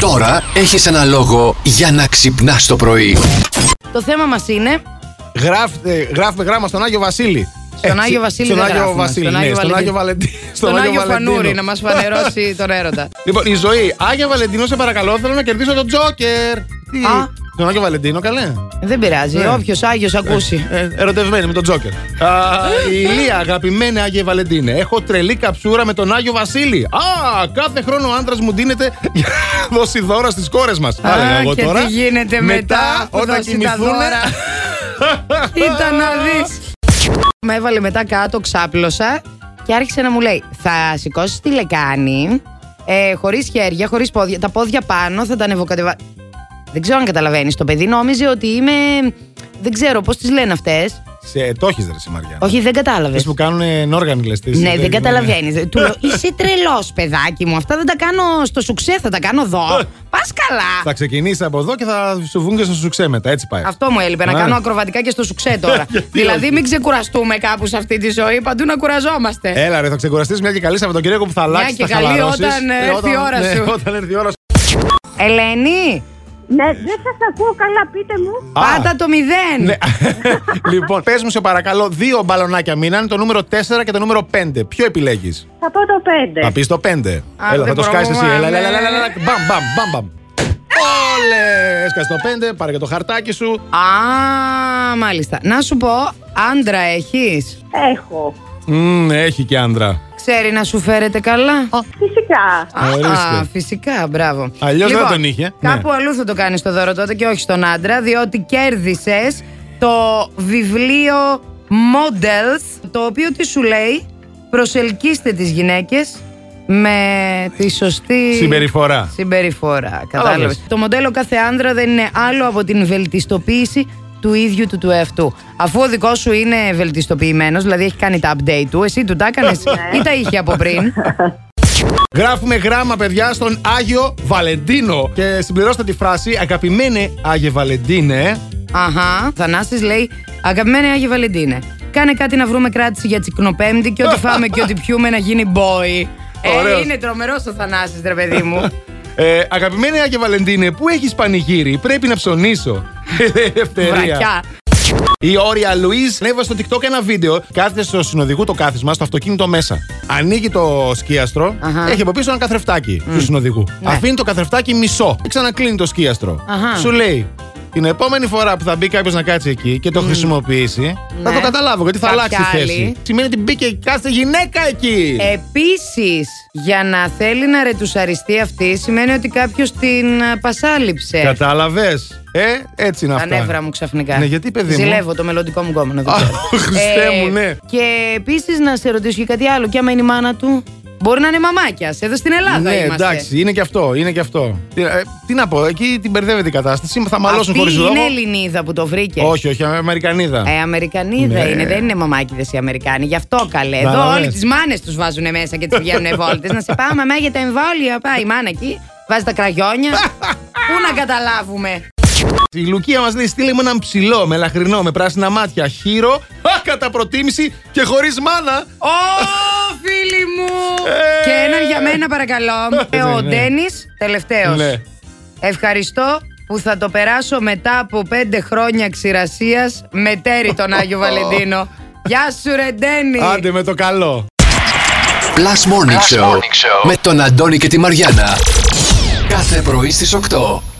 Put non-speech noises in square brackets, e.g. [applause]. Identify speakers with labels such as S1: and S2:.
S1: Τώρα έχεις ένα λόγο για να ξυπνάς το πρωί.
S2: Το θέμα μας είναι
S3: Γράφτε, ε, γράφουμε γράμμα στον Άγιο Βασίλη.
S2: Στον Άγιο Βασίλη
S3: Στον
S2: δεν
S3: Άγιο
S2: γράφουμε,
S3: Βασίλη.
S2: στον
S3: ναι,
S2: Άγιο
S3: Στον
S2: Βαλεντίνο.
S3: Άγιο Βαλεντίνο.
S2: στον Άγιο
S3: Βαλεντίνο.
S2: Φανούρη να μας [laughs] φανερώσει τον έρωτα.
S3: Λοιπόν, η ζωή. Άγιο Βαλεντίνο, σε παρακαλώ, θέλω να κερδίσω τον Τζόκερ. Τι.
S2: Α.
S3: Τον Άγιο Βαλεντίνο, καλέ.
S2: Δεν πειράζει,
S3: Ναι.
S2: όποιος Άγιος ακούσει.
S3: Ε, ερωτευμένη με τον Τζόκερ. Α, η Ηλία, αγαπημένη Άγιε Βαλεντίνε. Έχω τρελή καψούρα με τον Άγιο Βασίλη. Α, κάθε χρόνο ο άντρα μου δίνεται για να δώσει δώρα στις κόρες μας.
S2: Α, και τι γίνεται μετά που
S3: όταν
S2: δώσει τα
S3: κοιμηθούν.
S2: δώρα. Κοίτα να δεις. Με έβαλε μετά κάτω, ξάπλωσα και άρχισε να μου λέει θα σηκώσεις τη λεκάνη ε, χωρίς χέρια, χωρίς πόδια, τα πόδια πάνω θα τα ανεβοκατεβα... Δεν ξέρω αν καταλαβαίνεις, το παιδί νόμιζε ότι είμαι... Δεν ξέρω πώς τις λένε αυτές.
S3: [laughs] Σε το έχεις, ρε Σιμαριά.
S2: Όχι, δεν κατάλαβες.
S3: Αυτές που κάνουν ενόργανοι λε.
S2: Ναι, δεν καταλαβαίνεις. Του λέω, είσαι τρελός, παιδάκι μου. Αυτά δεν τα κάνω στο σουξέ, θα τα κάνω εδώ. Πας
S3: Θα
S2: καλά.
S3: ξεκινήσεις από εδώ και θα σου βγουν και στο σουξέ μετά. Έτσι πάει.
S2: Αυτό μου έλειπε, να
S3: Α.
S2: κάνω ακροβατικά και στο
S3: [laughs]
S2: σουξέ τώρα.
S3: Γιατί
S2: δηλαδή,
S3: όχι.
S2: μην ξεκουραστούμε κάπου σε αυτή τη ζωή, παντού να κουραζόμαστε.
S3: Έλα, ρε, θα ξεκουραστείς μια και καλή Σαββατοκύριακο που θα αλλάξεις.
S2: και καλή όταν, ε, έρθει η ώρα σου.
S3: Όταν έρθει η ώρα σου.
S2: Ελένη,
S4: Ναι, δεν σας ακούω καλά, πείτε μου.
S3: Α.
S2: πάτα το μηδέν.
S3: Ναι. [laughs] λοιπόν, πες μου σε παρακαλώ, δύο μπαλονάκια μείναν, το νούμερο 4 και το νούμερο 5. Ποιο επιλέγεις,
S4: Θα πω το
S3: Θα
S4: 5.
S3: πεις το 5.
S2: Ε. Α,
S3: Έλα,
S2: δεν
S3: θα το σκάσεις εσύ.
S2: προλάβαμε.
S3: Έλα, έλα, έλα, έλα, έλα. Μπαμ, μπαμ, μπαμ, μπαμ. Όλες! Έσκασε το 5, πάρε και το χαρτάκι σου.
S2: Α, μάλιστα. Να σου πω, άντρα έχεις.
S4: Έχω.
S3: Μμμ, έχει και άντρα.
S2: Ξέρει να σου φέρεται καλά.
S4: Φυσικά.
S3: Ορίστε.
S2: Α, φυσικά, μπράβο. Λοιπόν,
S3: Αλλιώς δεν τον είχε. ναι.
S2: Κάπου αλλού θα το κάνεις το δώρο τότε και όχι στον άντρα, διότι κέρδισες το βιβλίο Models, το οποίο τι σου λέει, προσελκύστε τις γυναίκες με τη σωστή
S3: Συμπεριφορά.
S2: συμπεριφορά. Κατάλαβες.
S3: Κατάλαβες.
S2: Το μοντέλο κάθε άντρα δεν είναι άλλο από την βελτιστοποίηση του ίδιου του του εαυτού. Αφού ο δικός σου είναι βελτιστοποιημένος, δηλαδή έχει κάνει τα update του, εσύ του τα
S3: [laughs]
S2: έκανες ή τα είχε από πριν.
S3: Γράφουμε γράμμα, παιδιά, στον Άγιο Βαλεντίνο. Και συμπληρώστε τη φράση Αγαπημένη Άγιε Βαλεντίνε.
S2: Αχα. Θανάσης λέει: Αγαπημένη Άγια Βαλεντίνε, κάνε κάτι να βρούμε κράτηση για τσικνοπέμπτη και ό,τι φάμε και ό,τι
S3: [laughs]
S2: πιούμε να γίνει boy. Ε,
S3: Ωραίος.
S2: είναι τρομερός ο Θανάσης ρε παιδί μου.
S3: [laughs] Ε, αγαπημένη Άγιε Βαλεντίνε, πού έχεις πανηγύρι, πρέπει να ψωνίσω. [laughs] Ευτερία.
S2: Βρακιά.
S3: Η όρια Λουίζ ανέβασε στο TikTok ένα βίντεο. Κάθεται στο συνοδηγού το κάθισμα, στο αυτοκίνητο μέσα. Ανοίγει το σκίαστρο,
S2: Αχα.
S3: έχει από πίσω ένα καθρεφτάκι του συνοδηγού.
S2: Ναι.
S3: Αφήνει το καθρεφτάκι μισό. Και ξανακλίνει το σκίαστρο.
S2: Αχα.
S3: Σου λέει. Την επόμενη φορά που θα μπει κάποιος να κάτσει εκεί και το χρησιμοποιήσει, θα
S2: Mm. Ναι.
S3: το καταλάβω γιατί θα
S2: Κάποια
S3: αλλάξει θέση.
S2: άλλη.
S3: Σημαίνει ότι μπήκε κάθε γυναίκα εκεί.
S2: Επίσης, για να θέλει να ρετουσαριστεί αυτή, σημαίνει ότι κάποιος την α, πασάλιψε.
S3: Κατάλαβες. Ε, έτσι είναι
S2: Τα
S3: αυτά.
S2: νεύρα μου ξαφνικά.
S3: Ναι, γιατί, παιδί μου?
S2: Ζηλεύω το μελλοντικό μου κόμμα.
S3: Α, [laughs] Χριστέ μου, ναι.
S2: Και επίσης να σε ρωτήσω και κάτι άλλο. Και άμα είναι η μάνα του, μπορεί να είναι μαμάκια. Εδώ στην Ελλάδα
S3: Ναι,
S2: είμαστε.
S3: εντάξει, είναι και αυτό. Είναι και αυτό. Τι, ε, τι να πω, εκεί την μπερδεύεται η κατάσταση. Θα μαλώσουν
S2: Αυτή
S3: χωρίς λόγο.
S2: είναι Ελληνίδα που το βρήκες.
S3: Όχι, όχι, Αμερικανίδα.
S2: Ε, Αμερικανίδα
S3: Ναι.
S2: είναι, δεν είναι μαμάκιδες οι Αμερικάνοι. Γι' αυτό καλέ.
S3: Να,
S2: Εδώ
S3: να ναι.
S2: όλοι
S3: λες.
S2: τις μάνες τους βάζουν μέσα και τις βγαίνουν βόλτες. να σε πάω, μαμά, για τα εμβόλια. Πάει η μάνα εκεί, βάζει τα
S3: [laughs]
S2: κραγιόνια. Πού να καταλάβουμε.
S3: Η Λουκία μας λέει: Στείλε μου έναν ψηλό, με λαχρινό, με πράσινα μάτια, χείρο, α, κατά προτίμηση και χωρίς μάνα.
S2: Ω, φίλοι μου!
S3: Ε.
S2: Και έναν για μένα,
S3: [laughs]
S2: παρακαλώ. Ε, Ο
S3: Ναι.
S2: Ντένις, τελευταίος.
S3: Ναι.
S2: Ευχαριστώ που θα το περάσω μετά από πέντε χρόνια ξηρασίας μετέρι τον
S3: [laughs]
S2: Άγιο Βαλεντίνο. Γεια σου, ρε Ντένι!
S3: Άντε με το καλό.
S1: Plus Morning, Show, με τον Αντώνη και τη Μαριάνα. Κάθε πρωί στις 8.